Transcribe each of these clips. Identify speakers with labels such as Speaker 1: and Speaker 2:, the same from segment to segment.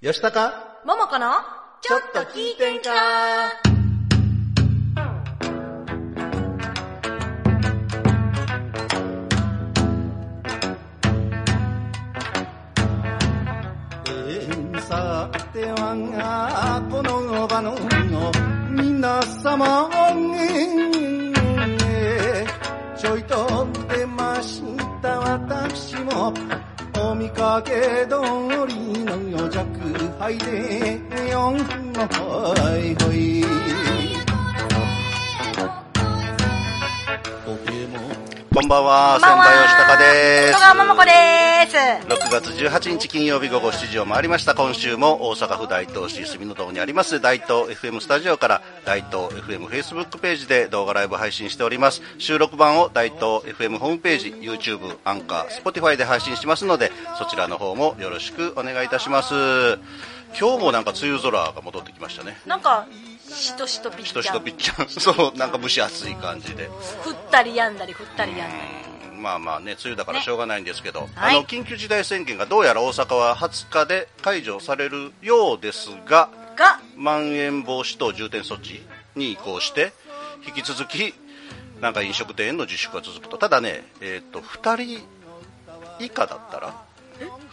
Speaker 1: よしたか
Speaker 2: ももこの、ちょっと聞いてんか
Speaker 1: えー、さては、この場の皆様、えーちょいと出ました私も、お見かけ通りの弱敗で、よんのほいほい。
Speaker 3: こんばんは、仙台吉高で
Speaker 2: 戸川ももこです。
Speaker 3: す。6月18日金曜日午後7時を回りました。今週も大阪府大東市住の堂にあります大東 FM スタジオから大東 FM フェイスブックページで動画ライブ配信しております。収録版を大東 FM ホームページ、YouTube、アンカー、Spotify で配信しますので、そちらの方もよろしくお願いいたします。今日もなんか梅雨空が戻ってきましたね。
Speaker 2: なんか、しとしとぴっ
Speaker 3: ひ
Speaker 2: ち
Speaker 3: とし
Speaker 2: ゃ
Speaker 3: と
Speaker 2: ん。
Speaker 3: ぴっちゃん。 そう、なんか蒸し暑い感じで。
Speaker 2: 降ったりやんだり、降ったりやんだり。
Speaker 3: うんまあまあね、梅雨だからしょうがないんですけど、
Speaker 2: はい
Speaker 3: あの緊急事態宣言がどうやら大阪は20日で解除されるようですが、
Speaker 2: が、
Speaker 3: まん延防止等重点措置に移行して、引き続き、なんか飲食店への自粛が続くと、ただね、えっと2人以下だったら、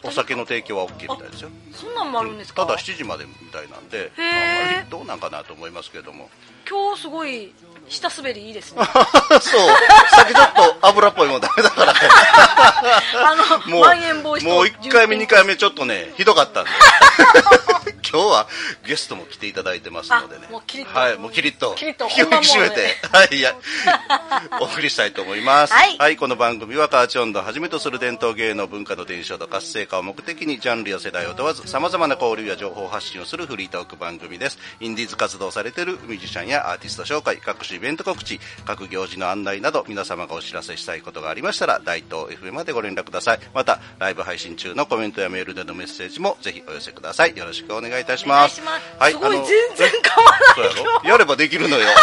Speaker 3: お酒の提供は OK みたいですよ、
Speaker 2: そんなんもあるんですか
Speaker 3: ただ7時までみたいなんで、あ
Speaker 2: へー
Speaker 3: んまりどうなんかなと思いますけれども。
Speaker 2: 今日すごい、下滑りいいですね。
Speaker 3: そう。さっきちょっと油っぽいもんダメだからね。
Speaker 2: あの、
Speaker 3: も
Speaker 2: まん延防止
Speaker 3: う、
Speaker 2: 等
Speaker 3: もう1回目、2回
Speaker 2: 目
Speaker 3: 目、ちょっとね、ひどかったんで、 今日はゲストも来ていただいてますのでね、
Speaker 2: あもうキリッと
Speaker 3: はい、もうキリッと、
Speaker 2: キリッと
Speaker 3: 気を引き締 めて、はい、いや、お送りしたいと思います。
Speaker 2: はい
Speaker 3: この番組はカーチ温度をはじめとする伝統芸能文化の伝承と活性化を目的に、ジャンルや世代を問わず、様々な交流や情報発信をするフリートーク番組です。インディーズ活動をされているミュージシャンやアーティスト紹介、各種イベント告知、各行事の案内など、皆様がお知らせしたいことがありましたら、大東 FM までご連絡ください。また、ライブ配信中のコメントやメールでのメッセージもぜひお寄せください。よろしくお願いいたし
Speaker 2: お願
Speaker 3: ま
Speaker 2: い
Speaker 3: す。
Speaker 2: します。
Speaker 3: はい、
Speaker 2: すごい、
Speaker 3: あ
Speaker 2: 全
Speaker 3: の
Speaker 2: 然変わらない。
Speaker 3: そうやろやればできるのよ。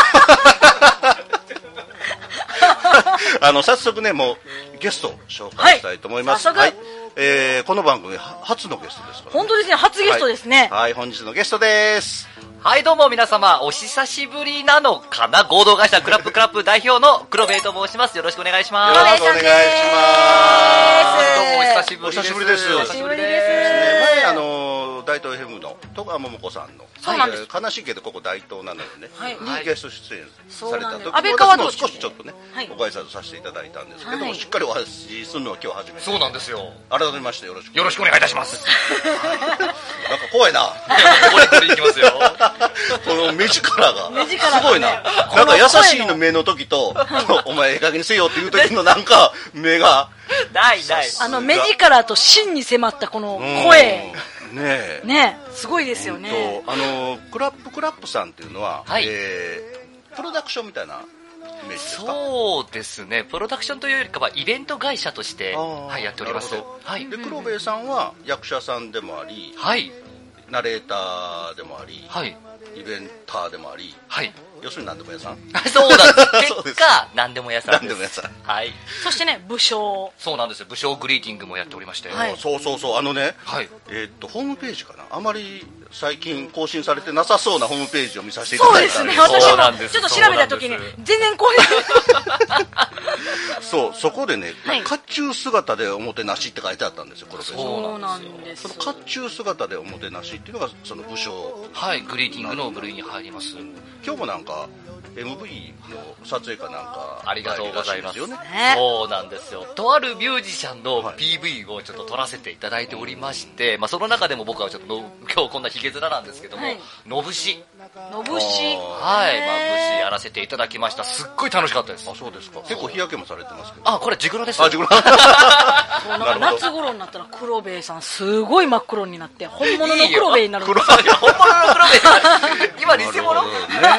Speaker 3: あの、早速ね、もう、ゲストを紹介したいと思います。
Speaker 2: はい早速
Speaker 3: えーこの番組、は初のゲストですから、
Speaker 2: 本当ですね、初ゲストですね。
Speaker 3: はい、はい本日のゲストです。
Speaker 4: はい、どうも皆様、お久しぶりなのかな合同会社クラップクラップ代表の黒部と申します。よろしくお願いしま
Speaker 3: よ
Speaker 4: す。
Speaker 3: ろしくお願いし
Speaker 4: どうもお
Speaker 2: ぶ
Speaker 4: 久しぶりです。
Speaker 3: お
Speaker 2: お
Speaker 3: 久しぶりです
Speaker 4: お
Speaker 2: 久
Speaker 4: 久
Speaker 2: し
Speaker 4: し
Speaker 2: ぶ
Speaker 4: ぶ
Speaker 2: り
Speaker 4: り
Speaker 2: で
Speaker 4: です。
Speaker 3: ね前、
Speaker 2: す。
Speaker 3: あのー大東 FM の戸川桃子さんの、
Speaker 2: そうなんです
Speaker 3: えー悲しいけどここ大東なのよね、
Speaker 2: はい
Speaker 3: にゲスト出演さ
Speaker 2: そう
Speaker 3: れた時も
Speaker 2: なんです安倍川
Speaker 3: 私も
Speaker 2: 同士で
Speaker 3: 少しちょっとね、
Speaker 2: はい
Speaker 3: ご挨拶させていただいたんですけども、
Speaker 2: はい
Speaker 3: しっかりお話しするのは今日初めて
Speaker 4: そうなんですよ。
Speaker 3: 改めましてよろしく
Speaker 4: よろしくお願いいたします。
Speaker 3: なんか怖いな
Speaker 4: これこれいきますよ。
Speaker 3: この目力が
Speaker 2: 目力がね
Speaker 3: すごいななんか優しいの目の時とお前ええ加減にせよっていう時のなんか目が
Speaker 4: ないない。
Speaker 2: あの、目力と真に迫ったこの声。
Speaker 3: うんねえ
Speaker 2: ね、すごいですよね。
Speaker 3: とあのクラップクラップさんっていうのは、
Speaker 4: はい
Speaker 3: えープロダクションみたいなイメージですか
Speaker 4: そうですね。プロダクションというよりかは、イベント会社として、
Speaker 3: あー
Speaker 4: はい、やっております
Speaker 3: なるほ。ど
Speaker 4: はい
Speaker 3: で。黒部さんは役者さんでもあり
Speaker 4: はい。
Speaker 3: ナレーターでもあり、
Speaker 4: はい。
Speaker 3: イベンターでもあり
Speaker 4: はい。
Speaker 3: 要するに何でも屋さん
Speaker 4: そうなんです。
Speaker 3: そうです
Speaker 4: 結果、何でも屋さんです。
Speaker 3: 何でも屋さん
Speaker 4: はい。
Speaker 2: そしてね、武将。
Speaker 4: そうなんですよ。武将グリーティングもやっておりまして。
Speaker 2: はい
Speaker 3: そうそうそうあのね、
Speaker 4: はい
Speaker 3: えーっとホームページかなあまり最近更新されてなさそうなホームページを見させていただいたんです
Speaker 4: そうですね
Speaker 2: 私
Speaker 4: そうなん
Speaker 2: も
Speaker 4: です
Speaker 2: ちょっと調べた時に
Speaker 4: そうなんで、
Speaker 2: 全然これ、
Speaker 3: そうそこでね、
Speaker 2: はい
Speaker 3: 甲冑姿でおもてなしって書いてあったんですよ黒部さん
Speaker 4: そう
Speaker 2: そうなんです
Speaker 3: その。甲冑姿でおもてなしっていうのがその武将
Speaker 4: はい、グリーティングの部類に入ります。
Speaker 3: 今日もなんか MV の撮影かなんか
Speaker 4: ありがとうござい
Speaker 3: あるら
Speaker 4: ます。
Speaker 3: しですよね
Speaker 2: ね
Speaker 4: そうなんですよ。とあるミュージシャンの
Speaker 3: はい
Speaker 4: PV をちょっと撮らせていただいておりまして、まあその中でも僕はちょっとの、 今日こんなヒゲ面なんですけども
Speaker 2: はい、
Speaker 4: のぶし。
Speaker 2: のぶし。
Speaker 4: はい、まあ
Speaker 2: へー
Speaker 4: ぶしやらせていただきました。すっごい楽しかったです
Speaker 3: あ。そうですか結構日焼けもされてますけど
Speaker 4: あ、これジグロです。
Speaker 3: あ自分の
Speaker 2: そうなん
Speaker 3: な
Speaker 2: か
Speaker 3: るほど
Speaker 2: 夏頃になったら黒兵衛さんすごい真っ黒になって本物の黒兵衛になるんですよ
Speaker 4: いや 本物の黒目今偽物
Speaker 3: なるほど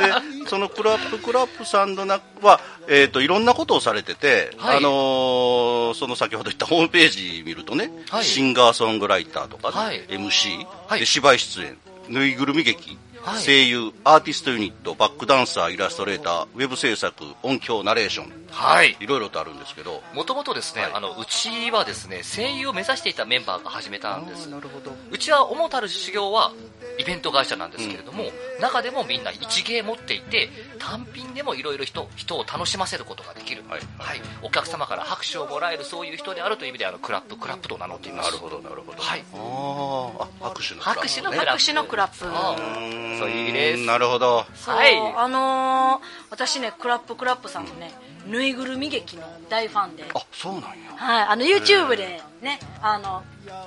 Speaker 3: ねでそのクラップクラップさんの中は、えー、といろんなことをされてて、
Speaker 4: はい
Speaker 3: あのーその先ほど言ったホームページ見るとね、
Speaker 4: はい
Speaker 3: シンガーソングライターとかね、
Speaker 4: はい
Speaker 3: MC、
Speaker 4: はい
Speaker 3: で芝居出演ぬいぐるみ劇
Speaker 4: はい
Speaker 3: 声優アーティストユニットバックダンサーイラストレーターウェブ制作音響ナレーション
Speaker 4: はい。
Speaker 3: いろいろとあるんですけど
Speaker 4: もともとですね、あの、うちはですね、声優を目指していたメンバーが始めたんです。
Speaker 1: なるほど
Speaker 4: うちは主たる修行はイベント会社なんですけれども、中でもみんな一芸持っていて単品でもいろいろ人人を楽しませることができる、
Speaker 3: はい
Speaker 4: はいお客様から拍手をもらえるそういう人であるという意味であのクラップクラップと名乗っています
Speaker 3: なるほどなるほど
Speaker 4: はい、
Speaker 3: あーあ拍手の
Speaker 4: 拍手の
Speaker 3: ね
Speaker 4: クラップ
Speaker 2: 拍手のクラップ
Speaker 3: ん
Speaker 4: そういう意味です
Speaker 3: なるほど
Speaker 2: そう、
Speaker 4: はい
Speaker 2: あのー私ねクラップクラップさんのねぬいぐるみ劇の大ファンで
Speaker 3: あそうなんや
Speaker 2: はい、あの YouTube でね、あの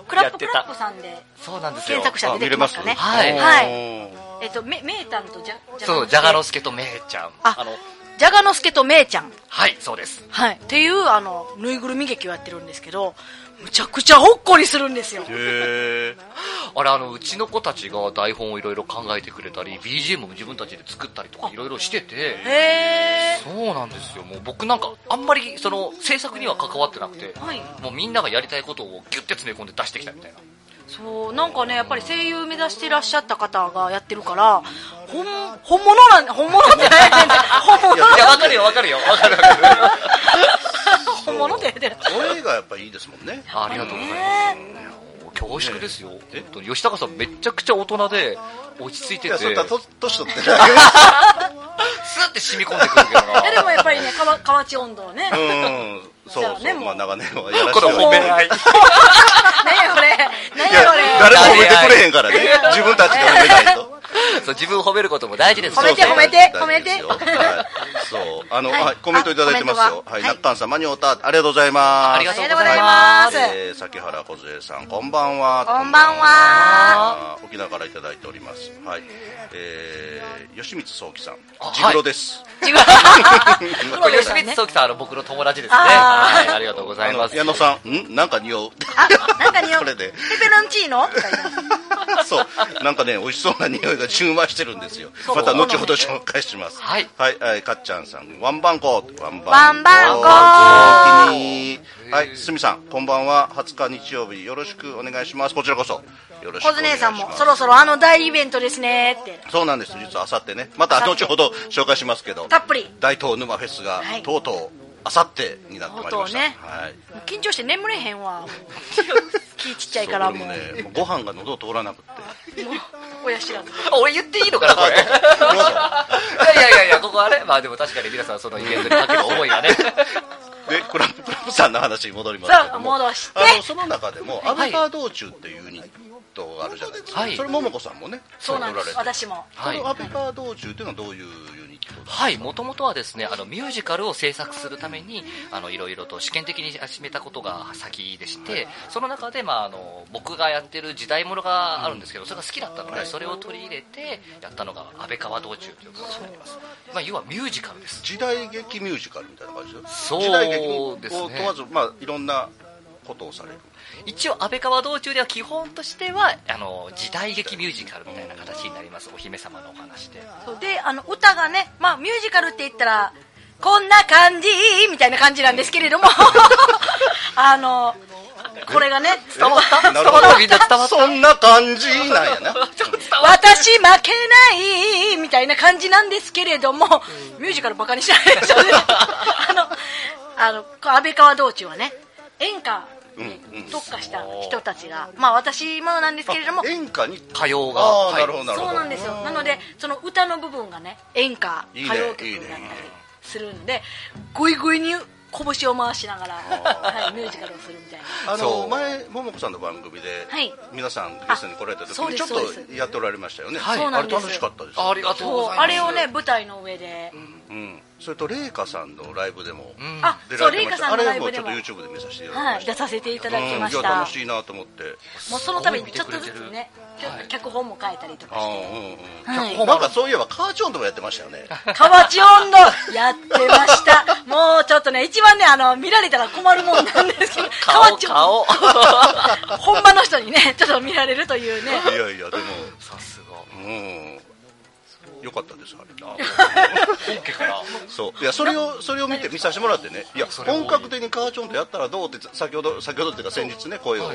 Speaker 2: クラップクラップさんで
Speaker 4: そうなんですよ
Speaker 2: 検索したら
Speaker 3: あ
Speaker 2: 出て
Speaker 3: 見れ
Speaker 2: きま
Speaker 3: ますす
Speaker 2: かね。
Speaker 4: はい
Speaker 2: はい。
Speaker 3: い
Speaker 2: えっとメメイタンとジャ
Speaker 4: そうじゃがの
Speaker 2: ス
Speaker 4: すけとめいちゃん
Speaker 2: あ
Speaker 4: の
Speaker 2: ケジャガノスケとメイちゃん、
Speaker 4: はいそうです
Speaker 2: はい、っていうあのぬいぐるみ劇をやってるんですけど、むちゃくちゃほっこりするんですよ。
Speaker 3: へえ
Speaker 4: あれあのうちの子たちが台本をいろいろ考えてくれたり BGM も自分たちで作ったりとかいろいろしてて
Speaker 2: へ
Speaker 4: そうなんですよもう僕なんかあんまりその制作には関わってなくて、
Speaker 2: ー。はい。
Speaker 4: もうみんながやりたいことをギュッて詰め込んで出してきたみたいな
Speaker 2: そうなんかねやっぱり声優目指していらっしゃった方がやってるから、本本物なん本物ってない全然本物
Speaker 4: いやわかるよわかるよわかるわかる
Speaker 2: 本物って出てない。
Speaker 3: 声がやっぱいいですもんね
Speaker 4: ありがとうござい
Speaker 2: ね
Speaker 4: ます恐縮ですよ本当に吉高さんめっちゃくちゃ大人で落ち着い
Speaker 3: い
Speaker 4: てて
Speaker 3: や
Speaker 4: ス
Speaker 3: それ
Speaker 4: ー
Speaker 3: はと年取ってない
Speaker 4: って染み込んでくるけどな
Speaker 2: えでもやっぱりね河河内温度ね。
Speaker 3: うん そう
Speaker 2: じゃあ
Speaker 3: そ
Speaker 2: ね
Speaker 3: う
Speaker 2: もう
Speaker 3: まあ長年はやら
Speaker 4: こ
Speaker 3: せ
Speaker 4: の
Speaker 3: て
Speaker 4: 褒
Speaker 3: は
Speaker 4: め
Speaker 3: い
Speaker 4: 合い
Speaker 2: 何やこれ何
Speaker 3: いや
Speaker 2: やこれ
Speaker 3: 誰も褒めてくれへんからね自分たちで褒めない と
Speaker 4: そう自分を褒めることも大事です
Speaker 2: 褒めて
Speaker 4: そうそう
Speaker 2: 褒めて
Speaker 3: 大事ですよ
Speaker 2: 褒めて
Speaker 3: はいそうあの
Speaker 2: はい
Speaker 3: はいコメントいただいてます
Speaker 2: あコメント
Speaker 3: よ
Speaker 2: がは
Speaker 3: はい
Speaker 2: い
Speaker 3: なっかんさんまにおたありがとうございます
Speaker 4: ありがとうご
Speaker 2: あ
Speaker 4: ざい
Speaker 2: りが
Speaker 4: ま
Speaker 2: とうご
Speaker 4: す
Speaker 2: ざいます
Speaker 3: えー崎原小杖さんこんばんは
Speaker 2: こんばんは
Speaker 3: あー沖縄からいただいておりますはいえー吉光壮樹さん
Speaker 4: あ
Speaker 3: ジグロです
Speaker 2: 違う
Speaker 4: これ
Speaker 2: で
Speaker 4: 吉
Speaker 2: すね
Speaker 4: 光聡樹さんあの僕の友達ですね
Speaker 2: あ
Speaker 4: はいありがとうござ
Speaker 3: あ
Speaker 4: い
Speaker 3: の
Speaker 4: ます
Speaker 3: 矢野さんんなんか匂う
Speaker 2: あなんか匂う
Speaker 3: これ
Speaker 2: ペ
Speaker 3: で
Speaker 2: ペロンチーノとか言って
Speaker 3: そうなんかね美味しそうな匂いが充満してるんですよまた後ほど紹介します
Speaker 4: はい
Speaker 3: はい、えーかっちゃんさんワンバンコワンバンコ
Speaker 2: ワンバンコ
Speaker 3: お気に入りはいすみさんこんばんは20日日曜日よろしくお願いしますこちらこそよろしくお
Speaker 2: 小
Speaker 3: 願い
Speaker 2: 津
Speaker 3: します
Speaker 2: さんもそろそろあの大イベントですねって
Speaker 3: そうなんです実はあさってねまた後ほど紹介しますけど
Speaker 2: たっぷり
Speaker 3: 大東沼フェスが
Speaker 2: はい
Speaker 3: とうとうあさってになってまいりました
Speaker 2: とうとうね
Speaker 3: はい
Speaker 2: もう緊張して眠れへんわもう気ちっちゃいから
Speaker 3: そう
Speaker 2: も
Speaker 3: 俺
Speaker 2: う
Speaker 3: もねもうご飯が喉を通らなくって
Speaker 2: 親知らず
Speaker 4: 俺言っていいのかなこれいやいやいやここはねまあでも確かに皆さんそのイベントにかける思いがね
Speaker 3: でクラップクラップさんの話に戻りますけ
Speaker 2: そ
Speaker 3: ど
Speaker 2: う
Speaker 3: も
Speaker 2: 戻して
Speaker 3: あのその中でも、ア
Speaker 4: い
Speaker 3: ルファ道中っていうユニットがあるじゃないですか、
Speaker 4: はい
Speaker 3: それ、桃子さんもね、
Speaker 2: そうなんです
Speaker 3: おられて
Speaker 2: 私も
Speaker 3: こ
Speaker 4: はい
Speaker 3: のアルファ道中っていうのはどういうユニット
Speaker 4: はい、もともとはですね、あの、ミュージカルを制作するために、あの、いろいろと試験的に始めたことが先でして、その中で、まあ、あの、僕がやってる時代物があるんですけど、それが好きだったので、それを取り入れて、やったのが、安倍川道中ということになります。まあ、要はミュージカルです。
Speaker 3: 時代劇ミュージカルみたいな感じです
Speaker 4: そう
Speaker 3: 時代劇を
Speaker 4: ですね
Speaker 3: 問わず、まあ、いろんなことをされる、
Speaker 4: 一応安倍川道中では基本としてはあの時代劇ミュージカルみたいな形になりますお姫様のお話で
Speaker 2: そうであの歌がねまあミュージカルって言ったらこんな感じみたいな感じなんですけ れどもあのこれがね
Speaker 4: 伝わった
Speaker 3: な
Speaker 4: 伝
Speaker 3: る
Speaker 4: わ
Speaker 3: ほ
Speaker 4: っ
Speaker 3: ど
Speaker 4: たみんな伝わった
Speaker 3: そんな感じなんやな、
Speaker 2: 私負けないみたいな感じなんですけれども、ミュージカルバカにしないでしょ あの、あの、安倍川道中はね、演歌に
Speaker 3: うんうん
Speaker 2: 特化した人たちが、まあ私もなんですけれども、
Speaker 3: 演歌に、
Speaker 4: 歌謡が
Speaker 3: ああ、
Speaker 4: はい
Speaker 3: なるほど、なるほ
Speaker 2: そ
Speaker 3: ど、
Speaker 2: うなんですよ。なので、その歌の部分がね、演歌、
Speaker 3: いいね
Speaker 2: 歌謡曲になったりするんで、ぐいぐいに拳を回し ながら、はい、ミュージカルをするみたいな。
Speaker 3: あ
Speaker 4: そ
Speaker 3: の
Speaker 4: う
Speaker 3: 前、桃子さんの番組で、
Speaker 2: はい
Speaker 3: 皆さん、ゲストに来られた時
Speaker 2: そう
Speaker 3: に、
Speaker 2: で
Speaker 3: ちょ
Speaker 2: す
Speaker 3: っ
Speaker 2: そうで
Speaker 3: とやっておられましたよね、
Speaker 4: はい
Speaker 2: そう
Speaker 3: あ
Speaker 2: な
Speaker 3: れ
Speaker 2: んです
Speaker 3: 楽しかったです、
Speaker 4: ありがとうご
Speaker 2: そう
Speaker 4: ざいます
Speaker 2: あれをね、舞台の上で、
Speaker 3: うん、それと麗華さんのライブでも
Speaker 4: ん
Speaker 2: あ、
Speaker 3: 出
Speaker 2: そ
Speaker 3: ら
Speaker 2: う、
Speaker 3: れ
Speaker 2: レ
Speaker 3: て
Speaker 2: イ
Speaker 3: ま
Speaker 2: カさ
Speaker 3: した
Speaker 2: んの
Speaker 3: あれ
Speaker 2: ライ
Speaker 3: も
Speaker 2: ブ
Speaker 3: ち
Speaker 2: で
Speaker 3: ょっ
Speaker 2: も
Speaker 3: と。YouTube で見させていただ
Speaker 2: は
Speaker 3: きま
Speaker 2: い、
Speaker 3: した、
Speaker 2: 出させていただきまし
Speaker 3: うんいや
Speaker 2: た
Speaker 3: 楽。しいなと思って
Speaker 2: もうその度にちょっとずつね、
Speaker 4: すごい見てくれて
Speaker 2: ちょ
Speaker 4: る
Speaker 2: 脚本も変えたりとか
Speaker 3: あ
Speaker 2: して、
Speaker 3: ー
Speaker 2: はい
Speaker 3: うんうんなんかそういえばカーチョンともやってましたよ ね
Speaker 2: 河内温度やってました。もうちょっとね、一番ね、あの、見られたら困るもんなんです けど、河
Speaker 4: 顔
Speaker 2: 内温
Speaker 4: 顔
Speaker 2: 度、本場の人にね、ちょ っと見られるというね。
Speaker 3: いやいやでも
Speaker 4: さす が
Speaker 3: うんよかったですあれ
Speaker 4: 本家から
Speaker 3: そういやそれをそれを見て見させてもらってねいや
Speaker 4: それもいい
Speaker 3: 本格的にカーチョンとやったらどうって先ほど先ほどっていうか先日ね声をおか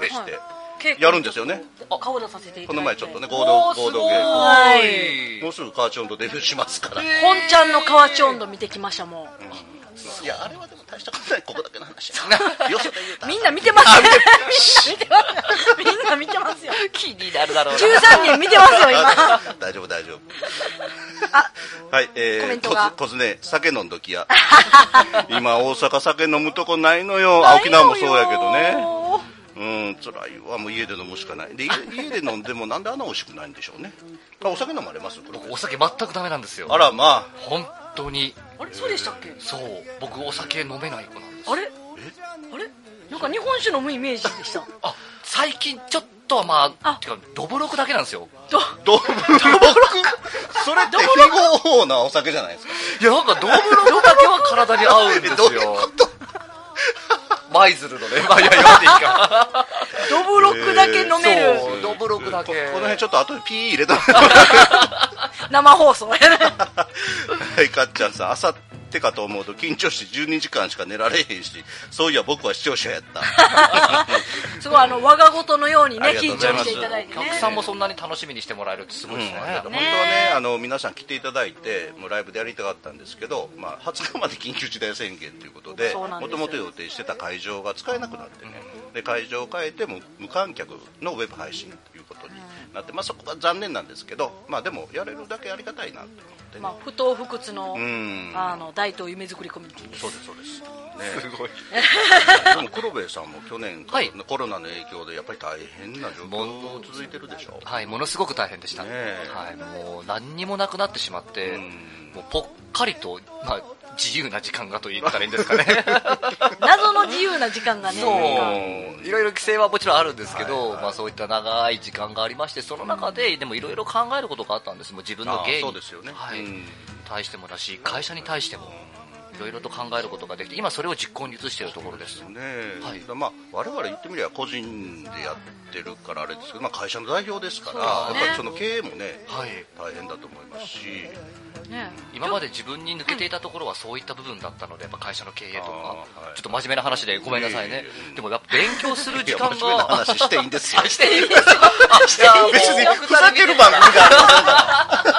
Speaker 3: けして、
Speaker 2: 結構
Speaker 3: やるんですよね
Speaker 2: 顔出させていただいて
Speaker 3: この前ちょっとね合
Speaker 4: お
Speaker 3: 同
Speaker 4: ー
Speaker 3: 合
Speaker 4: す
Speaker 3: 同
Speaker 4: ご
Speaker 3: 稽古
Speaker 2: は
Speaker 4: ーい
Speaker 3: もうすぐカーチョンとデビューしますから、
Speaker 2: 本ちゃんの河内温度見てきましたもん
Speaker 3: いやあれはでも大したことないここだけの話やよそで言うた
Speaker 2: みんな見てますね みんな見てますみんな見てますよ
Speaker 4: 気になるだろうな
Speaker 2: 13人見てますよ今
Speaker 3: あ大丈夫大丈夫
Speaker 2: あ
Speaker 3: はいえ
Speaker 2: コメ
Speaker 3: ー
Speaker 2: ントが
Speaker 3: こずこずね酒飲んどきや今大阪酒飲むとこないのよ沖縄もそうやけどねうん辛いわもう家で飲むしかないで家家で飲んでもなんであんな美味しくないんでしょうねあお酒飲まれます
Speaker 4: 僕お酒全くダメなんですよ
Speaker 3: あらまあ
Speaker 4: 本当に
Speaker 2: あれそうでしたっけ
Speaker 4: そう僕お酒飲めない子なんです
Speaker 2: あれあれなんか日本酒飲むイメージでした
Speaker 4: あ最近ちょっとはまあ
Speaker 2: あ
Speaker 4: てかどぶろくだけなんですよ
Speaker 2: ど
Speaker 3: どぶろくそれって非合法なお酒じゃないですか
Speaker 4: いやなんかどぶろくだけは体に合うんです
Speaker 3: どういう
Speaker 4: よ
Speaker 3: こと
Speaker 4: 舞鶴のねまあ いや読んでいいか
Speaker 2: どぶろくだけ飲める
Speaker 4: そうどぶろくだけ
Speaker 3: ここの辺ちょっと後でピー入れた
Speaker 2: 生放送や ね
Speaker 3: はい、かっちゃんさん、朝ってかと思うと緊張して12時間しか寝られへんし、そういや僕は視聴者 やった。
Speaker 2: すごいあの我が事のように
Speaker 3: あ
Speaker 2: ね
Speaker 3: り
Speaker 2: 緊
Speaker 3: がとうご
Speaker 2: 張
Speaker 3: ざいま
Speaker 2: し
Speaker 3: す
Speaker 2: ていただいて
Speaker 4: お
Speaker 2: ね
Speaker 4: 客さんもそんなに楽しみにしてもらえるってすごいですね、
Speaker 3: 本当はね、あの皆さん来ていただいて、もうライブでやりたかったんですけど、まあ、20日まで緊急事態宣言ということで、
Speaker 2: そうなんで
Speaker 3: も
Speaker 2: すよ
Speaker 3: ともと予定してた会場が使えなくなってね、で会場を変えても無観客のウェブ配信ということになって、まあ、そこが残念なんですけど、まあ、でもやれるだけやりがたいなと思ってね。
Speaker 2: まあ不当不屈の
Speaker 3: ん
Speaker 2: あの大東夢作りコミュニティです
Speaker 3: そうですそうです、
Speaker 4: す ごい
Speaker 3: でも黒部さんも去年から
Speaker 4: はい
Speaker 3: コロナの影響でやっぱり大変な状況続いてるでしょ
Speaker 4: はい、ものすごく大変でした、
Speaker 3: ねえ
Speaker 4: はい、もう何にもなくなってしまって、
Speaker 3: ん
Speaker 4: もうぽっかりと、まあ、自由な時間がと言ったらいいんですか ね、
Speaker 2: 謎の自由な時間がねなんか
Speaker 4: そういろいろ規制はもちろんあるんですけど、まあ、そういった長い時間がありまして、その中で、でもいろいろ考えることがあったんです、もう自分の芸に
Speaker 3: あそうですよね
Speaker 4: はい
Speaker 3: うん
Speaker 4: 対してもだし、会社に対しても、いろいろと考えることができて、今、それを実行に移しているところです。
Speaker 3: ねえ、
Speaker 4: は
Speaker 3: だ
Speaker 4: い
Speaker 3: からまあ我々言ってみれば個人でやってるからあれですけど、まあ、会社の代表ですから
Speaker 2: そうですね
Speaker 3: やっぱりその経営もね
Speaker 4: はい
Speaker 3: 大変だと思いますし
Speaker 2: ね
Speaker 4: 今まで自分に抜けていたところはそういった部分だったので、やっぱ会社の経営とか、
Speaker 3: あーはい
Speaker 4: ちょっと真面目な話でごめんなさいね
Speaker 3: いえいえい、え
Speaker 4: でもやっぱ勉強する
Speaker 3: い
Speaker 4: 時
Speaker 3: や
Speaker 4: 間
Speaker 3: 真面目な
Speaker 4: が、
Speaker 3: 話していいん ですよ
Speaker 4: していいですか
Speaker 3: 別にふざける番組があるんだから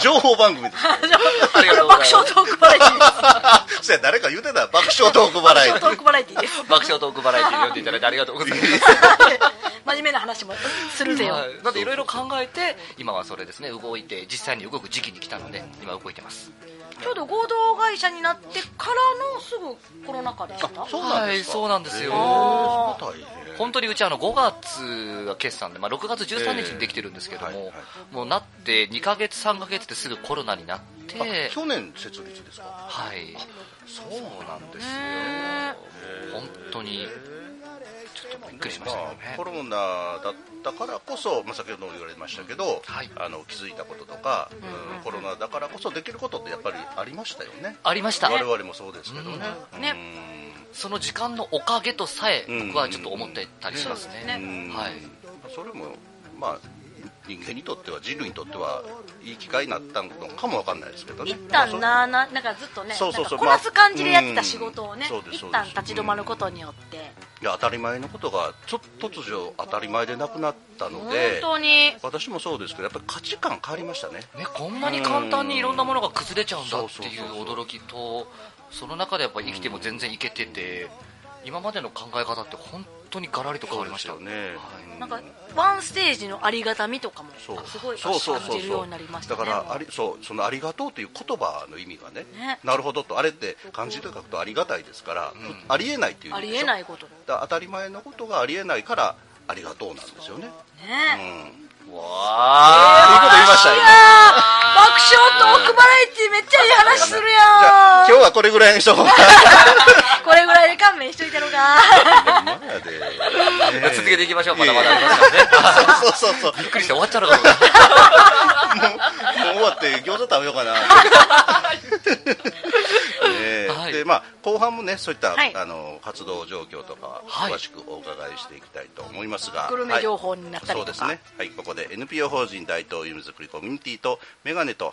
Speaker 3: 情報番組ですよ
Speaker 4: ありがとうござ
Speaker 2: 爆
Speaker 4: います
Speaker 2: 笑トークバラエティです
Speaker 3: そや誰か言うてたら爆笑トーク笑い
Speaker 2: 爆笑トークバラエティです
Speaker 4: 爆笑トークバラエティに呼んでいただいてありがとうございます
Speaker 2: 真面目な話もするぜよ
Speaker 4: はいなんでいろいろ考えて今はそれですね動いて実際に動く時期に来たので今動いてます
Speaker 2: ちょうど合同会社になってからのすぐコロナ禍でした
Speaker 3: そうなんですか
Speaker 4: はいそうなんですよ
Speaker 3: へえそれは大変
Speaker 4: 本当にうちあの5月が決算で、まあ、6月13日にできてるんですけども、
Speaker 3: ええはいは
Speaker 4: もうなって2ヶ月3ヶ月ってすぐコロナになって
Speaker 3: あ去年設立ですか
Speaker 4: はいそうなんです
Speaker 2: ね
Speaker 4: よ本当にちょっとびっくりしましたけど
Speaker 3: まあ
Speaker 4: ね
Speaker 3: コロナだったからこそ、まあ、先ほども言われましたけど、
Speaker 4: はい
Speaker 3: あの気づいたこととか、うんコロナだからこそできることってやっぱりありましたよね
Speaker 4: ありました
Speaker 3: 我々もそうですけどね,うん、
Speaker 2: ね
Speaker 4: その時間のおかげとさえ
Speaker 3: うん
Speaker 4: 僕はちょっと思ってたりしますね、
Speaker 2: ね
Speaker 3: うん
Speaker 4: はい
Speaker 3: それもまあ人間にとっては人類にとってはいい機会になったのかもわかんないですけどね
Speaker 2: 一旦
Speaker 3: まあ
Speaker 2: なななんかずっとね
Speaker 3: そうそう
Speaker 2: な
Speaker 3: そう
Speaker 2: んかこなす感じでやってた仕事をね
Speaker 3: まあうんそうで
Speaker 2: 一
Speaker 3: すそうです
Speaker 2: 旦立ち止まることによって
Speaker 3: そういや当たり前のことがちょっと突如当たり前でなくなったの
Speaker 2: 本
Speaker 3: で
Speaker 2: 当に
Speaker 3: 私もそうですけどやっぱり価値観変わりましたね
Speaker 4: ね、こんなに簡単にいろんなものが崩れちゃうんだっていう驚きとその中でやっぱ生きても全然いけてて今までの考え方って本当にガラリと変わりました
Speaker 3: そうですよね
Speaker 4: はい
Speaker 2: なんかワンステージのありがたみとかも
Speaker 3: そう
Speaker 2: すごい
Speaker 3: そうそう
Speaker 2: 感
Speaker 3: そう
Speaker 2: じるようになりましたね
Speaker 3: だからありそうそのありがとうという言葉の意味がね
Speaker 2: ね
Speaker 3: なるほどとあれって漢字で書くとありがたいですから、ありえないっていう
Speaker 2: あ
Speaker 3: 意味
Speaker 2: り
Speaker 3: でし
Speaker 2: え
Speaker 3: ょ
Speaker 2: ないことね
Speaker 3: だから当たり前のことがありえないからありがとうなんですよねうん
Speaker 4: わあ
Speaker 3: いいこと言いましたよ
Speaker 2: いやー爆笑トークバラエティめっちゃいい話する
Speaker 3: じゃあ
Speaker 2: や
Speaker 3: 今日はこれぐらいにしとこうか
Speaker 2: んこれぐらいで勘弁しといたのか
Speaker 3: まだで
Speaker 4: 続けていきましょう
Speaker 3: いえい
Speaker 4: ま
Speaker 3: え
Speaker 4: だまだありますから ね
Speaker 3: そうそうそう
Speaker 4: びっくりして終わっちゃうのかと思った
Speaker 3: もう終わって餃子食べよう かな。ねえ
Speaker 4: はい
Speaker 3: でまあ後半もねそういった、
Speaker 2: はい
Speaker 3: あの活動状況とか
Speaker 4: はい
Speaker 3: 詳しくお伺いしていきたいと思いますが、
Speaker 2: グルメ情報になったりとか
Speaker 3: はいそうですね。はいここで NPO 法人大東夢作りコミュニティとメガネと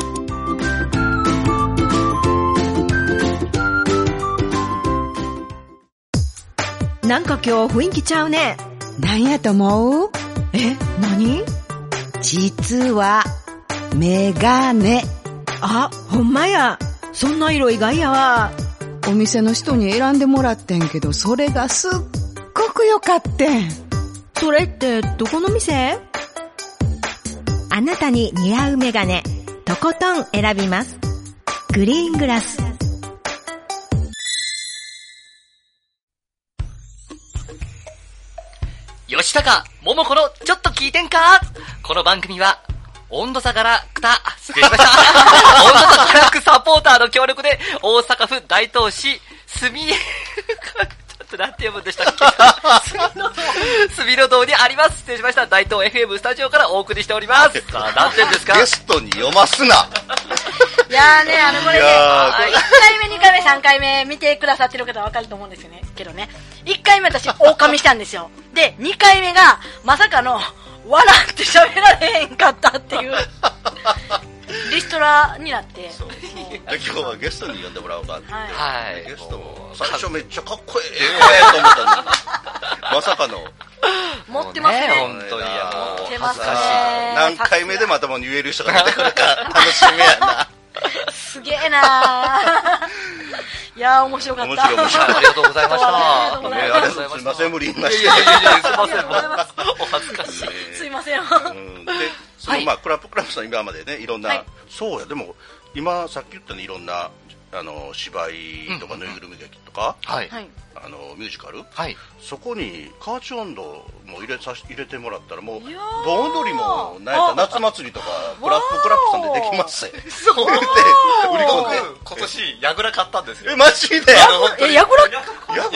Speaker 5: なんか今日雰囲気ちゃうね。なんやと思うえ、何実は、メガネ。あ、ほんまや。そんな色意外やわ。
Speaker 6: お店の人に選んでもらってんけど、それがすっごく良かってん。
Speaker 5: それって、どこの店
Speaker 7: あなたに似合うメガネ、とことん選びます。グリーングラス。
Speaker 4: 吉高桃子のちょっと聞いてんかこの番組は、温度差からくた、あ失礼しま した。温度差からくサポーターの協力で、大阪府大東市、住江、ちょっとなんて読むんでしたっけ 住の堂住の堂にあります。失礼しました。大東 FM スタジオからお送りしております。さあ、何点ですか
Speaker 3: ゲストに読ますな。
Speaker 2: いやーね、あのこれ
Speaker 3: い
Speaker 2: ね、
Speaker 3: やー
Speaker 2: 1回目、2回目、3回目見てくださってる方はわかると思うんですよね。けどね、1回目私、狼したんですよ。で、2回目が、まさかの、笑って喋られへんかったっていう、リストラになって、
Speaker 3: そうで今日はゲストに呼んでもらおうかって、
Speaker 4: はいはい
Speaker 3: でゲストも最初めっちゃかっこええと思ったのにまさかの
Speaker 2: 持ってます
Speaker 4: もう
Speaker 2: ね。
Speaker 4: 本当に、
Speaker 2: 持って
Speaker 4: やもう
Speaker 2: ま
Speaker 4: 恥
Speaker 2: す
Speaker 4: ず
Speaker 2: ね
Speaker 4: かしい。
Speaker 3: 何回目でまともに言える人が出てくるか楽しみやな
Speaker 2: すげえなーいやー、面白かった。
Speaker 3: 面白い面白
Speaker 4: ありがとうございました。
Speaker 2: ありがとうござい
Speaker 3: ね
Speaker 2: ま
Speaker 3: あ
Speaker 2: し
Speaker 3: れ
Speaker 2: た
Speaker 3: すいません無理言いま
Speaker 4: いやい
Speaker 3: し
Speaker 4: やいやいや、すいません。お恥ずかしい。
Speaker 2: すいません。
Speaker 3: た、うん、でその、
Speaker 4: はい
Speaker 3: まあクラップクラップさん今までねいろんな、
Speaker 2: はい
Speaker 3: そうやでも今さっき言ったねいろんなあの芝居とかぬいぐるみ劇とか、
Speaker 4: はい。
Speaker 2: はい。
Speaker 3: あのミュージカル、
Speaker 4: はい。
Speaker 3: そこにカーチ温度も入れさし入れてもらったらもう
Speaker 2: いやー
Speaker 3: 盆踊りもなんやったら夏祭りとかクラップクラップさんでできますぜ
Speaker 8: そう。
Speaker 3: って売り込んで
Speaker 8: 今年、ヤグラ買ったんですよ。
Speaker 3: えマジで
Speaker 8: あの本当
Speaker 2: え、
Speaker 8: に
Speaker 2: ヤクラ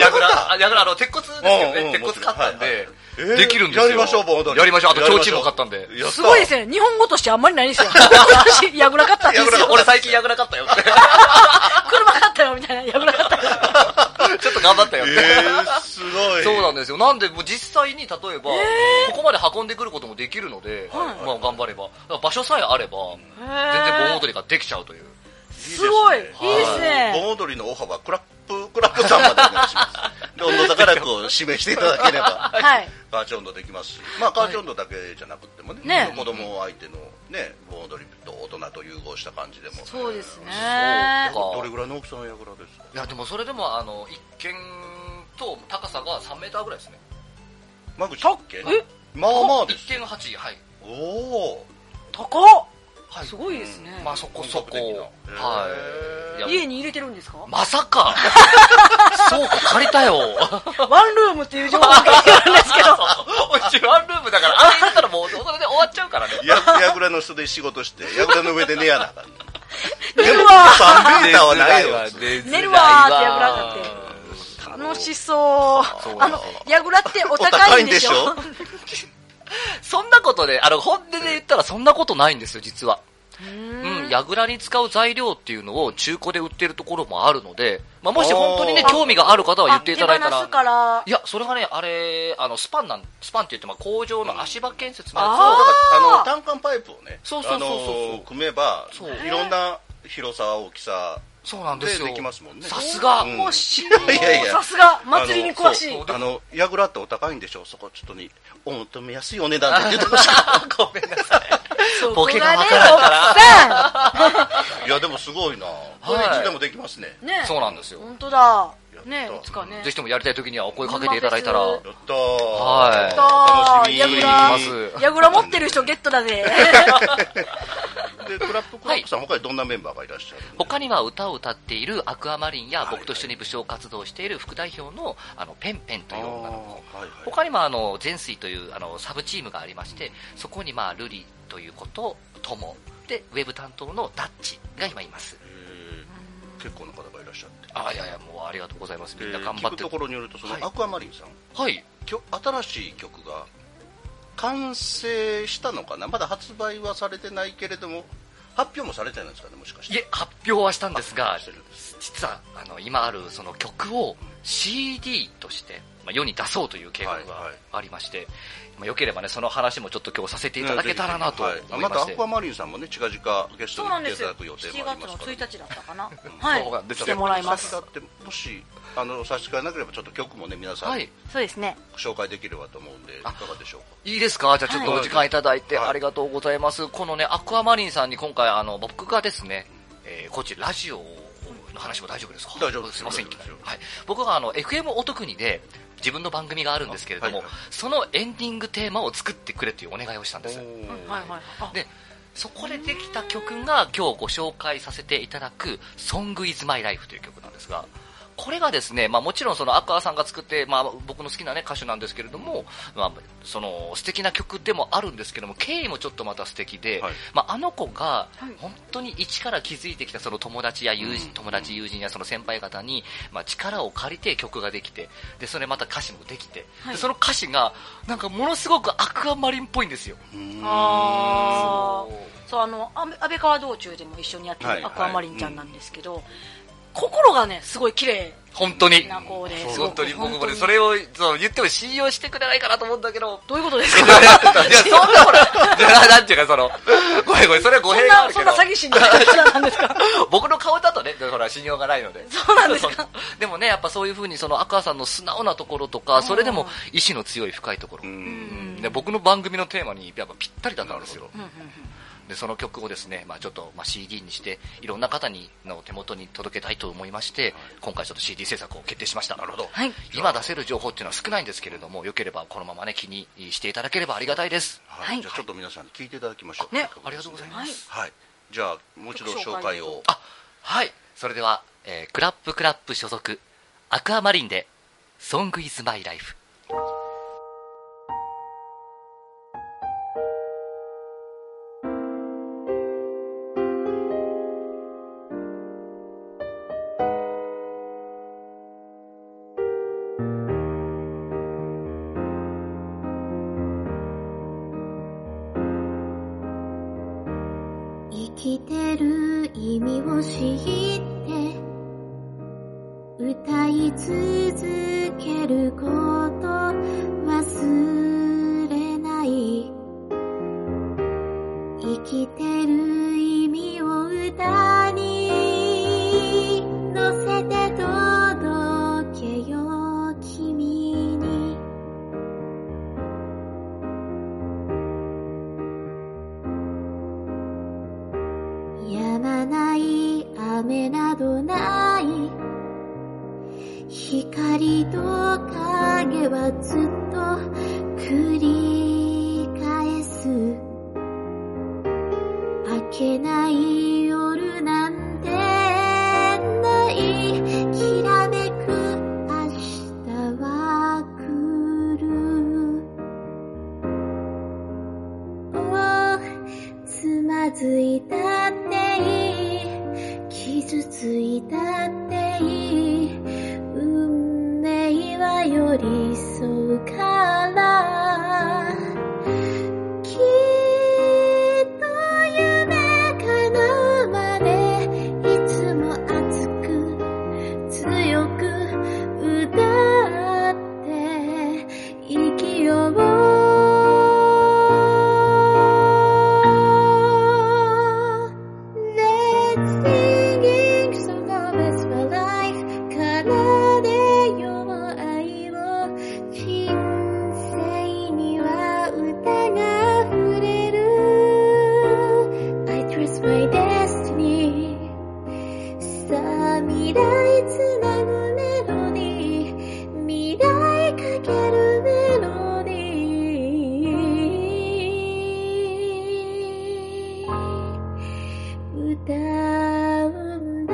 Speaker 8: ヤグラ、あヤグラ、あの、鉄骨ですよ
Speaker 3: うんう
Speaker 8: ね。
Speaker 3: ん
Speaker 8: 鉄骨買ったんで。
Speaker 3: えー
Speaker 8: できるんですよ。
Speaker 3: やりましょう盆踊り
Speaker 8: やりましょう。あと、
Speaker 3: やりま
Speaker 8: 提
Speaker 3: しょう
Speaker 8: 灯も買ったんで。
Speaker 3: やった
Speaker 2: すごいですね。日本語としてあんまりないん ですよ。私、ヤグラ買ったんですよ。
Speaker 8: 俺最近ヤグラ買ったよ って。
Speaker 2: 車買ったよ、みたいな。ヤグラ買ったよ。
Speaker 8: ちょっと頑張ったよ
Speaker 3: え
Speaker 8: って。
Speaker 3: ー、すごい
Speaker 4: そうなんですよ。なんで、もう実際に例えば、ここまで運んでくることもできるので、まあ頑張れば。だから場所さえあれば、全然盆踊りができちゃうという。
Speaker 2: すごい。いいです
Speaker 3: はい
Speaker 2: ね。
Speaker 3: 盆踊りの大幅クラップクラップさんまでお願いし ますで温度高らくを指名していただければ
Speaker 2: はい。
Speaker 3: カーチ温度できますしまあカーチ温度だけじゃなくてもね,、
Speaker 2: ね
Speaker 3: 子供相手のね盆踊りと大人と融合した感じでも
Speaker 2: そうですね。
Speaker 3: どれぐらいの大きさのやぐらですか
Speaker 4: いや、でもそれでも、あの、一見と高さが3メーターぐらいですね。
Speaker 3: 間口一軒まあまあです
Speaker 4: 一見8、はい。
Speaker 3: おお
Speaker 2: 高っ
Speaker 4: はい
Speaker 2: すごいですね。
Speaker 4: まあそこそこ。
Speaker 3: 本格的な
Speaker 4: はいいや。
Speaker 2: 家に入れてるんですか
Speaker 4: まさか そうか、借りたよ。
Speaker 2: ワンルームっていう情報が 来てるんですけど。
Speaker 4: うちワンルームだから、あれ入れたらもう、それで終わっちゃうからね。
Speaker 3: ややぐらの人で仕事してやぐらの上で寝やなあかん
Speaker 2: 寝るわ
Speaker 3: 3メーターはないよ
Speaker 2: 寝るわーってやぐらがって。楽しそう。あの、ヤグラってお高いんでしょ
Speaker 3: お高いん
Speaker 4: そんなことで、あの、本音で言ったらそんなことないんですよ、実は。うん、やぐらに使う材料っていうのを中古で売ってるところもあるので、まあ、もし本当にね
Speaker 3: あー、
Speaker 4: 興味がある方は言っていただいた
Speaker 2: あ手放
Speaker 4: ら
Speaker 2: す。から
Speaker 4: い。や、それがね、あれ、あの、スパンなん、スパンって言って、まあ、工場の足場建設のやつ
Speaker 3: そう
Speaker 4: を、
Speaker 3: だからあの単管パイプをね
Speaker 4: そうそうそうそう
Speaker 3: あのー組めば
Speaker 4: そう
Speaker 3: いろんな広さ大きさ
Speaker 4: そうなんですよ。
Speaker 3: でできますもんね
Speaker 4: さすが。
Speaker 3: うん
Speaker 2: 面白
Speaker 3: いやい
Speaker 2: い。
Speaker 3: や
Speaker 2: さすが、祭りに詳しい。
Speaker 3: あの
Speaker 2: う
Speaker 3: そうあのやぐらってお高いんでしょそこちょっとにお求めやすいお値段で言ってほしかっ
Speaker 4: ごめんなさい。
Speaker 2: そこ
Speaker 4: ボ
Speaker 2: が
Speaker 4: ケ
Speaker 2: ね
Speaker 4: がわからんから
Speaker 2: 奥
Speaker 3: たいやでもすごいなこれい
Speaker 4: はい
Speaker 3: つでもできますね
Speaker 2: さんね
Speaker 4: そうなんですよ。
Speaker 2: 本当だ。ね
Speaker 3: や
Speaker 2: い
Speaker 3: った
Speaker 2: つかね。
Speaker 4: ぜひともやりたい時にはお声かけていただいたら、
Speaker 2: ほん
Speaker 4: は
Speaker 2: ま
Speaker 3: やったー
Speaker 4: い。
Speaker 2: あー
Speaker 3: 楽しみ
Speaker 2: ヤ
Speaker 3: に
Speaker 2: グ
Speaker 3: し
Speaker 2: ラ
Speaker 4: ます
Speaker 2: ヤグラ持ってる人ゲットだぜ。
Speaker 3: でクラップクラップさん、他にどんなメンバーがいらっしゃるんで
Speaker 4: 他には歌を歌っているアクアマリンや僕と一緒に武将活動している副代表のあのペンペンという女の子
Speaker 3: あーはいはい
Speaker 4: 他にもあの全水というあのサブチームがありましてそこにまあルリということともでウェブ担当のダッチが今います
Speaker 3: えー結構な方がいらっしゃって
Speaker 4: あいやいやもうありがとうございますみん
Speaker 3: え
Speaker 4: な
Speaker 3: ー
Speaker 4: 頑張っ
Speaker 3: 聞く
Speaker 4: て、
Speaker 3: ところによるとその
Speaker 4: はい
Speaker 3: アクアマリンさん、
Speaker 4: はい
Speaker 3: きょ新しい曲が完成したのかなまだ発売はされてないけれども発表もされてないんですかねもしかし
Speaker 4: い
Speaker 3: て
Speaker 4: え発表はしたんですが
Speaker 3: 発表してるんで
Speaker 4: 実はあの今あるその曲を CD として、まあ、世に出そうという計画
Speaker 3: はいは
Speaker 4: が
Speaker 3: い
Speaker 4: ありまして、まあ、よければねその話もちょっと今日させていただけたらなと思
Speaker 3: はいあま
Speaker 4: ま
Speaker 3: た
Speaker 4: し
Speaker 3: ア
Speaker 4: て、
Speaker 3: クアマリンさんもね近々ゲス
Speaker 2: そ
Speaker 3: ト
Speaker 2: う
Speaker 3: に
Speaker 2: なんで
Speaker 3: 来てい
Speaker 2: す
Speaker 3: た
Speaker 2: よ
Speaker 3: だく予定
Speaker 2: 7
Speaker 3: もあり
Speaker 2: 月の
Speaker 3: ますから、
Speaker 2: 1日だったかなはい
Speaker 4: そうなんです
Speaker 2: 来
Speaker 4: よ
Speaker 2: てもらいます
Speaker 3: だってもしあの差し支えなければちょっと曲もね皆さん
Speaker 4: はい
Speaker 2: そうですね
Speaker 3: 紹介できればと思うんでいかがでしょうか
Speaker 4: いいですかじゃあちょっと
Speaker 3: はい
Speaker 4: お時間いただいて
Speaker 3: はい
Speaker 4: ありがとうございます。このね、アクアマリンさんに今回、あの、僕がですね、えーこっちラジオの話も大丈夫ですか
Speaker 3: 大丈夫です
Speaker 4: すいません。
Speaker 3: 大丈夫ですよ
Speaker 4: はい。僕があの、FM お得にで、自分の番組があるんですけれど
Speaker 3: は
Speaker 4: も、
Speaker 3: いはい
Speaker 4: そのエンディングテーマを作ってくれというお願いをしたんです。
Speaker 2: うんはいはいあ
Speaker 4: で、そこでできた曲が今日ご紹介させていただく「Song is My Life」という曲なんですが、これがですね、まあもちろんそのアクアさんが作って、まあ僕の好きなね歌手なんですけれども、まあその素敵な曲でもあるんですけども、経緯もちょっとまた素敵で、
Speaker 3: はい
Speaker 4: まああの子が本当に一から築いてきたその友達や友人、友達友人やその先輩方に、まあ力を借りて曲ができて、で、それまた歌詞もできて、でその歌詞がなんかものすごくアクアマリンっぽいんですよ。
Speaker 2: あ
Speaker 4: そう
Speaker 2: ーそうあの安倍安倍川道中でも一緒にやって
Speaker 3: はい
Speaker 2: るアクアマリンちゃんなんですけど、心がねすごい綺麗
Speaker 4: 本当に。
Speaker 2: な子で
Speaker 4: 本当に僕も
Speaker 2: に
Speaker 4: ね、それをそう言っても信用してくれないかなと思うんだけど。
Speaker 2: どういうことですか
Speaker 4: いや、そんなほら、 ななんていうかその、ごめんごめん、それは語
Speaker 2: そ
Speaker 4: 弊
Speaker 2: ん
Speaker 4: があ
Speaker 2: な
Speaker 4: る
Speaker 2: そ
Speaker 4: け
Speaker 2: んな
Speaker 4: ど、
Speaker 2: 詐欺師になった人なんですか
Speaker 4: 僕の顔だとね、ほら、信用がないので。
Speaker 2: そうなんですか
Speaker 4: そうでもね、やっぱそういうふうに、その、アクアさんの素直なところとか、それでも意志の強い深いところ。うんで僕の番組のテーマにやっぱぴったりだったんですよ。でその曲をですね、まあ、ちょっと、まあ、CD にしていろんな方にの手元に届けたいと思いまして、今回ちょっと CD 制作を決定しましたなるほど、
Speaker 2: はい
Speaker 4: 今出せる情報っていうのは少ないんですけれどもよければこのままね気にしていただければありがたいです
Speaker 3: は
Speaker 2: はい
Speaker 3: い、じゃあちょっと皆さんに聞いていただきましょう。
Speaker 2: ね
Speaker 4: ありがとうございます
Speaker 3: はい、じゃあもう一度紹介を。
Speaker 4: あはいそれでは、えークラップクラップ所属アクアマリンで「Song is My Life」
Speaker 9: 生きてる意味を知って歌い続けること忘れない生きてる意味を歌に乗せて届けよう君に止まない雨などない光と影はずっと繰り返す明けない夜なんてないきらめく明日は来る Oh つまずいたっていい傷ついたっていい運命は寄り添うからきっと夢叶うまでいつも熱く強く歌って生きよう奏でよう愛を人生には歌が溢れる I trust my destiny さあ未来つなぐメロディー未来かけるメロディー歌うんだ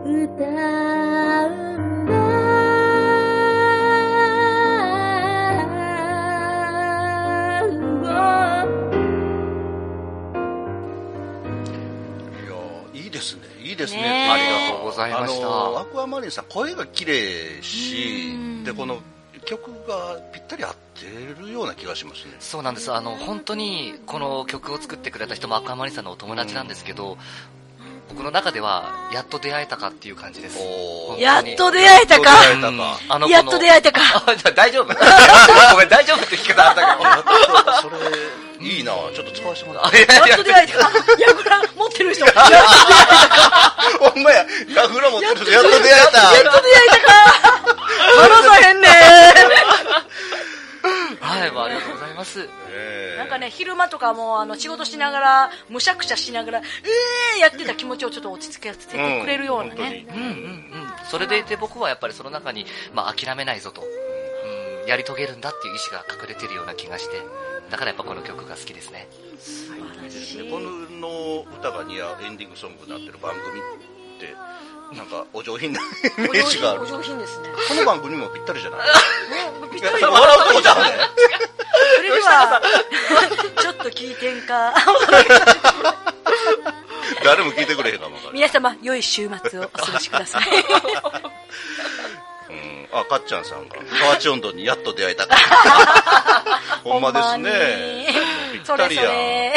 Speaker 9: 歌うんだ
Speaker 3: いやーいいですね、いいですね。
Speaker 2: ねえ
Speaker 3: ありがとうご
Speaker 4: ございました
Speaker 3: あのアクアマリンさん声が綺麗しでこの曲がぴったり合ってるような気がしますね
Speaker 4: そうなんですあの本当にこの曲を作ってくれた人もアクアマリンさんのお友達なんですけど、僕の中ではやっと出会えたかっていう感じです
Speaker 2: やっと出会えたか
Speaker 4: うんあの子の
Speaker 2: やっと出会えたか
Speaker 4: 大丈夫ごめん大丈夫って聞き方あったからそれいいなちょっと使わせてもらう
Speaker 2: やっと出会え たかヤグラ持ってる人やっと出
Speaker 3: ほんまやヤフラ持ってる人やっと出会えた
Speaker 2: やっと出会え たか離さへんね
Speaker 4: はい、まあ、ありがとうございます。
Speaker 2: なんかね、昼間とかもあの仕事しながら、むしゃくしゃしながら、えーやってた気持ちをちょっと落ち着けてくれるようなね。
Speaker 4: うんうんうん。それでいて僕はやっぱりその中に、まあ、諦めないぞと、うん、やり遂げるんだっていう意志が隠れてるような気がして、だからやっぱこの曲が好きですね。
Speaker 3: この歌が似合うエンディングソングになってる番組ってなんかお上品なイメージがある
Speaker 2: お上品ですね。
Speaker 3: この番組もぴったりじゃない
Speaker 2: ぴったり
Speaker 3: 笑うとこちゃうね
Speaker 2: それでは、ちょっと聞いてんか。
Speaker 3: 誰も聞いてくれへんかもわかる
Speaker 2: 皆様、良い週末をお過ごしください。
Speaker 3: うんあかっちゃんさんが河内温度にやっと出会えたから ほんまですねぴっ
Speaker 2: そ
Speaker 3: た
Speaker 2: れ
Speaker 3: り
Speaker 2: そ
Speaker 3: やん
Speaker 2: れ。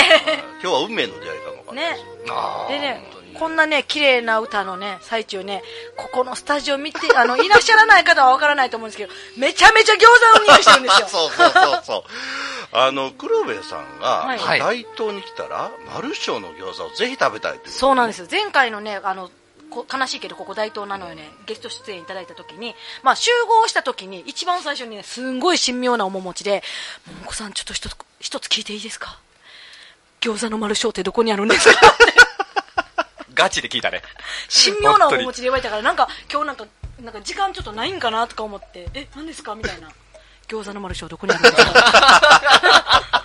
Speaker 3: 今日は運命の出会いかもわかんない
Speaker 2: ね。
Speaker 3: あー
Speaker 2: でね、こんなね、綺麗な歌のね、最中ね、ここのスタジオ見て、あの、いらっしゃらない方はわからないと思うんですけど、めちゃめちゃ餃子の匂いしてるんですよ。
Speaker 3: そうそうそうそう。あの、黒部さん
Speaker 2: は
Speaker 3: が、
Speaker 2: い
Speaker 3: 大東に来たら、マルショーの餃子をぜひ食べたいって。
Speaker 2: そうなんですよ。前回のね、あの、こ悲しいけど、ここ大東なのよね、ゲスト出演いただいた時に、まあ、集合した時に、一番最初にね、すんごい神妙な面持ちで、桃子さん、ちょっと一つ、一つ聞いていいですか餃子の丸小ってどこにあるんですか
Speaker 10: ガチで聞いたね。
Speaker 2: 神妙な面持ちで言われたから、なんか、今日なんか、なんか時間ちょっとないんかなとか思って、え、何ですかみたいな。餃子の丸小どこにあるんですか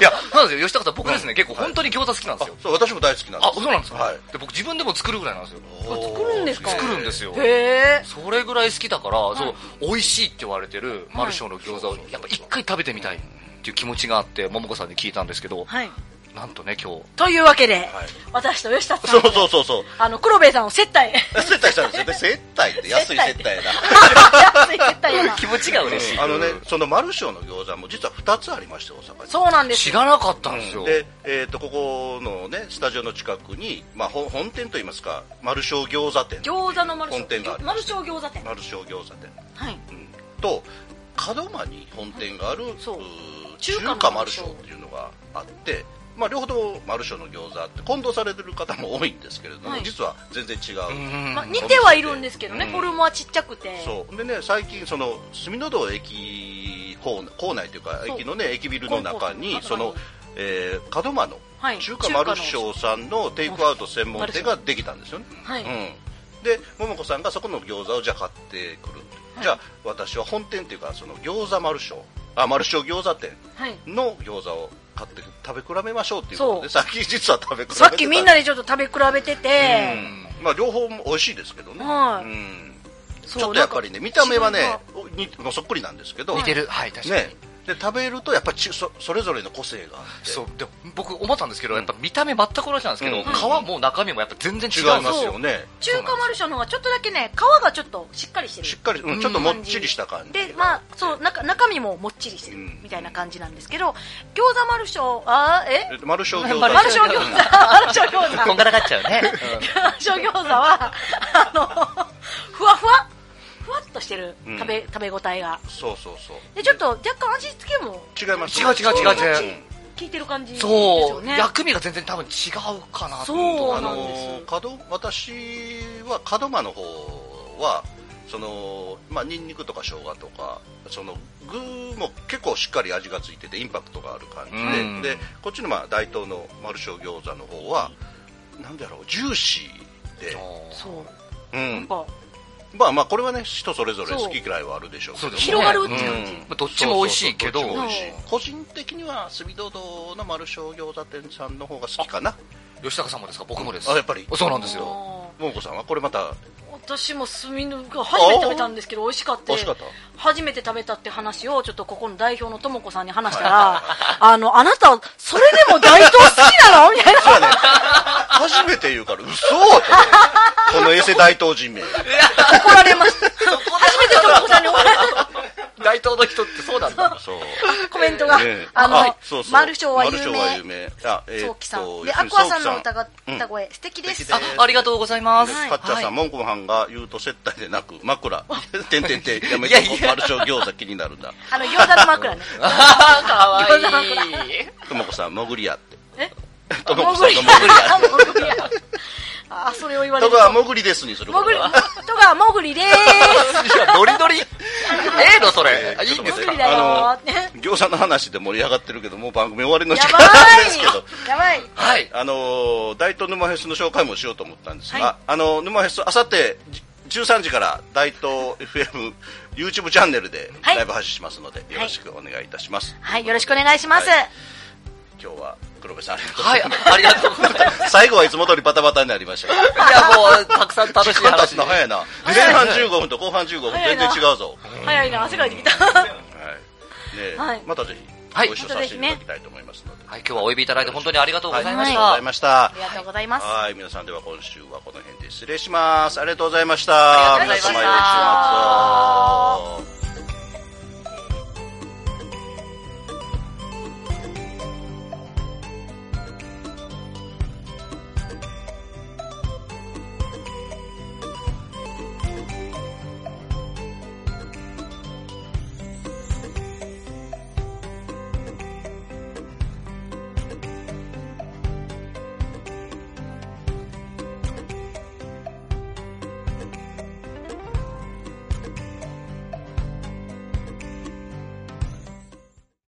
Speaker 4: いや、そうなんですよ。吉高さん、僕ですね、結構本当に餃子好きなんですよ。
Speaker 3: そう、私も大好きなん
Speaker 4: ですあ、そうなんですかで、僕自分でも作るぐらいなんですよ。
Speaker 2: 作るんですか
Speaker 4: 作るんですよ。
Speaker 2: へ
Speaker 4: それぐらい好きだから、そう、美味しいって言われてるマルショーの餃子を、やっぱ一回食べてみたいっていう気持ちがあって、桃子さんに聞いたんですけど、
Speaker 2: はい。
Speaker 4: なんとね、今日。
Speaker 2: というわけで、私と吉田さ
Speaker 3: そ
Speaker 2: ん
Speaker 3: う、そうそうそう。
Speaker 2: あの、黒部さんを接待、
Speaker 3: 接待したんですよね。接待って安い
Speaker 2: 安
Speaker 3: 接待や
Speaker 2: い接待やな
Speaker 3: な。。
Speaker 4: 気持ちが嬉しい
Speaker 3: あのね、そのマルショーの餃子も実は2つありまして、大阪に。
Speaker 2: そうなんですよ知らなかった
Speaker 4: んですよ
Speaker 3: で、えっ、と、ここのね、スタジオの近くに、まあ、ほん本店といいますか、マルショー餃子店。
Speaker 2: 餃子の丸
Speaker 3: 本店がある
Speaker 2: 丸小餃子店
Speaker 3: マルショー餃子店。
Speaker 2: はい
Speaker 3: と門真に本店がある、うー中華マルショーっていうのがあって、まあ、両方ともマルショーの餃子って混同されてる方も多いんですけれども、
Speaker 2: はい
Speaker 3: 実は全然違う、
Speaker 2: まあ、似てはいるんですけどね、
Speaker 3: うん
Speaker 2: フォルムはちっちゃくて
Speaker 3: そうでね最近その隅の道駅構内構内というか
Speaker 2: そう
Speaker 3: 駅のね駅ビルの中に
Speaker 2: コンコース
Speaker 3: その、えー、門真の
Speaker 2: はい
Speaker 3: 中華マルショーさんのテイクアウト専門店ができたんですよね、
Speaker 2: はい
Speaker 3: うん、で桃子さんがそこの餃子をじゃあ買ってくる、じゃあ私は本店っていうかその餃子マルショーあマルショー餃子店
Speaker 2: はい
Speaker 3: の餃子を買って食べ比べましょうっていうことでさっき実は食べ比べて
Speaker 2: さっきみんな
Speaker 3: で、
Speaker 2: でちょっと食べ比べて
Speaker 3: う
Speaker 2: て、
Speaker 3: んまあ、両方も美味しいですけどね、
Speaker 2: はい
Speaker 3: うん
Speaker 2: そう
Speaker 3: ちょっとやっぱりね見た目はね
Speaker 2: なんか
Speaker 3: おにもうそっくりなんですけど
Speaker 4: 似てるはい確かに
Speaker 3: ねで食べるとやっぱちそそれぞれの個性があって
Speaker 4: そうで僕思ったんですけど、やっぱ見た目全く同じなんですけど、
Speaker 3: うん
Speaker 4: 皮も中身もやっぱ全然違
Speaker 3: 違
Speaker 4: う
Speaker 3: い
Speaker 4: んで
Speaker 3: ますよね
Speaker 2: 中華マルショーの方がちょっとだけね皮がちょっとしっかりしてる
Speaker 3: しっかり、うん、ちょっともっちりした感じ
Speaker 2: でまあそう中中身ももっちりしてるみたいな感じなんですけど、餃子マルショーあーえ
Speaker 3: マルショー餃子
Speaker 2: マルショー餃 子マルショー餃子
Speaker 4: こんがらがっちゃうね、
Speaker 2: 小餃子はあのふわふわふわっとしてる食べ,、食べ応えが
Speaker 3: そうそうそう
Speaker 2: でちょっと若干味付けも
Speaker 3: 違います
Speaker 4: 違う違う違う違う
Speaker 2: 効いてる感じです
Speaker 4: そ
Speaker 2: よ
Speaker 4: う、
Speaker 2: ね
Speaker 4: 薬味が全然多分違うかなと
Speaker 2: そう
Speaker 3: あ
Speaker 2: なん
Speaker 3: の
Speaker 2: です
Speaker 3: 角私は門真の方はそのまあニンニクとか生姜とかその具も結構しっかり味がついててインパクトがある感じで、
Speaker 4: うん
Speaker 3: でこっちのまあ大東の丸小餃子の方はなんだろうジューシーで
Speaker 2: そう
Speaker 3: うん
Speaker 2: ぱ
Speaker 3: まあまあこれはね人それぞれ好き嫌いはあるでしょうけども
Speaker 2: 広がるって感じ
Speaker 3: うん
Speaker 4: まあどっちも美味しいけど
Speaker 3: そうそうそうどっちも美味しい個人的には隅堂堂の丸小餃子店さんの方が好きかな
Speaker 4: 吉高さんもですか僕もです
Speaker 3: あやっぱり
Speaker 4: そうなんですよ
Speaker 3: 桃子さんはこれまた
Speaker 2: 私もスミヌが初めて食べたんですけど美味しかった
Speaker 3: 美味しかった
Speaker 2: 初めて食べたって話をちょっとここの代表のともこさんに話したらあのあなたそれでも大東好きなのみたいな
Speaker 3: そうやね。初めて言うから、嘘 と思ってこのエセ大東人名。
Speaker 2: 怒られました初めてともこさんに怒られ
Speaker 8: 大東の人ってそうなん だ。
Speaker 3: そう。
Speaker 2: コメントが、
Speaker 3: ね
Speaker 2: あの
Speaker 3: そうそう
Speaker 2: マルショーは有
Speaker 3: マルショーは有
Speaker 2: 名
Speaker 3: 名。あ、え
Speaker 2: ソ
Speaker 3: ー
Speaker 2: ウ
Speaker 3: っ
Speaker 2: キさん
Speaker 3: と、
Speaker 2: で
Speaker 3: 要す
Speaker 2: ア
Speaker 3: るに
Speaker 2: クアさんの
Speaker 3: ソウキ
Speaker 2: 歌が歌声、素敵です
Speaker 3: 素敵です
Speaker 2: あ
Speaker 4: ありがとうございます。
Speaker 2: はい
Speaker 3: カッチャーさん、
Speaker 4: はい
Speaker 3: モンコハンが言うと接待でなく枕、 てんてんてん、やめて、マルショー餃子気になるんだ。
Speaker 2: あの餃子の枕ね
Speaker 4: あーかわ
Speaker 2: 餃子の
Speaker 4: い
Speaker 2: 枕
Speaker 4: い。
Speaker 3: ともこさん、潜りやって。
Speaker 2: え
Speaker 3: ともこさんが潜りやって。
Speaker 2: 潜りやあそれを言われ
Speaker 3: と
Speaker 2: ると
Speaker 3: か、潜りですにする
Speaker 2: もぐり
Speaker 3: は。
Speaker 2: とかもぐりでー
Speaker 4: いや、ノリノリ。 ええの、それ。いいん
Speaker 2: す
Speaker 4: で
Speaker 2: も
Speaker 4: す
Speaker 2: ぐ
Speaker 4: か
Speaker 2: りだよーってや
Speaker 3: 餃子の話で盛り上がってるけ ど、もう番組終わりの
Speaker 2: ば
Speaker 3: 時間なんですけど。
Speaker 2: いやばい
Speaker 4: はい。
Speaker 3: あのー大東沼フェスの紹介もしようと思ったんですが、
Speaker 2: は
Speaker 3: あのー沼フェス、あさって13時から大東 FM YouTube チャンネルで
Speaker 2: はい
Speaker 3: ライブ配信しますので、よろしくお願いいたします。
Speaker 2: はいよろしくお願いします
Speaker 3: はい今日は黒部さんありがとうござ
Speaker 4: はいい、ありがとう ございます。
Speaker 3: ます。最後はいつも通りバタバタになりましたけど。
Speaker 4: いや、もう、たくさん楽しい
Speaker 3: 時間経つ
Speaker 4: 話
Speaker 3: の。早いな。前半15分と後半15分
Speaker 2: 早い
Speaker 3: 全
Speaker 2: な
Speaker 3: 然違うぞ。
Speaker 2: 早いな汗かいてきた
Speaker 3: はい。ねえ
Speaker 2: はい
Speaker 3: またぜ
Speaker 4: は
Speaker 3: ひ
Speaker 4: い
Speaker 3: ご一緒させていただきたいと思いますので。
Speaker 4: はい、今日はお呼びいただいて本当にありがとうございま
Speaker 3: あ
Speaker 4: し
Speaker 3: り
Speaker 4: た。
Speaker 3: がとうございました。
Speaker 2: ありがとうございます
Speaker 3: はい、皆さんでは今週はこの辺で失礼します。ありがとうございました。
Speaker 4: ありがとうございました
Speaker 3: 皆様良い週末を